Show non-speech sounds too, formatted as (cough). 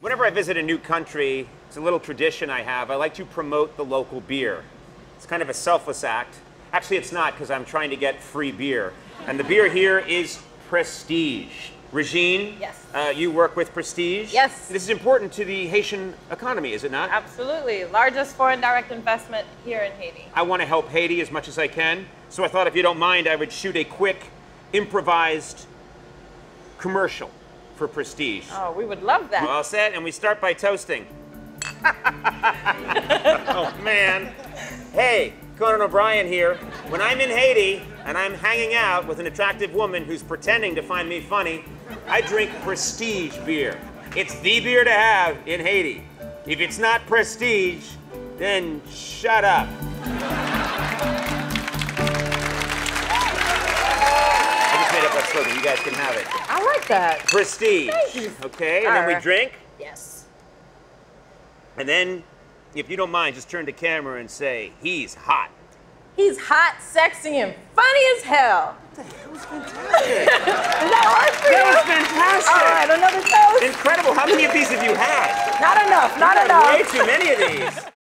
Whenever I visit a new country, it's a little tradition I have. I like to promote the local beer. It's kind of a selfless act. Actually, it's not because I'm trying to get free beer. And the beer here is Prestige. Regine, Yes. uh, you work with Prestige. Yes. This is important to the Haitian economy, is it not? Absolutely. Largest foreign direct investment here in Haiti. I want to help Haiti as much as I can. So I thought if you don't mind, I would shoot a quick improvised commercial for Prestige. Oh, we would love that. All set, and we start by toasting. (laughs) oh man. Hey, Conan O'Brien here. When I'm in Haiti and I'm hanging out with an attractive woman who's pretending to find me funny, I drink prestige beer. It's the beer to have in Haiti. If it's not prestige, then shut up. I just made up that slogan. You guys can have it. I like that. Prestige. Thank you, Okay, and then we sir. drink. Yes. And then, if you don't mind, just turn to camera and say, he's hot. He's hot, sexy, and funny as hell. (laughs) Is that hard That for you? was All fantastic! right, another toast. Incredible. How many of these have you had? Not enough. Not I've had enough. Way too many of these.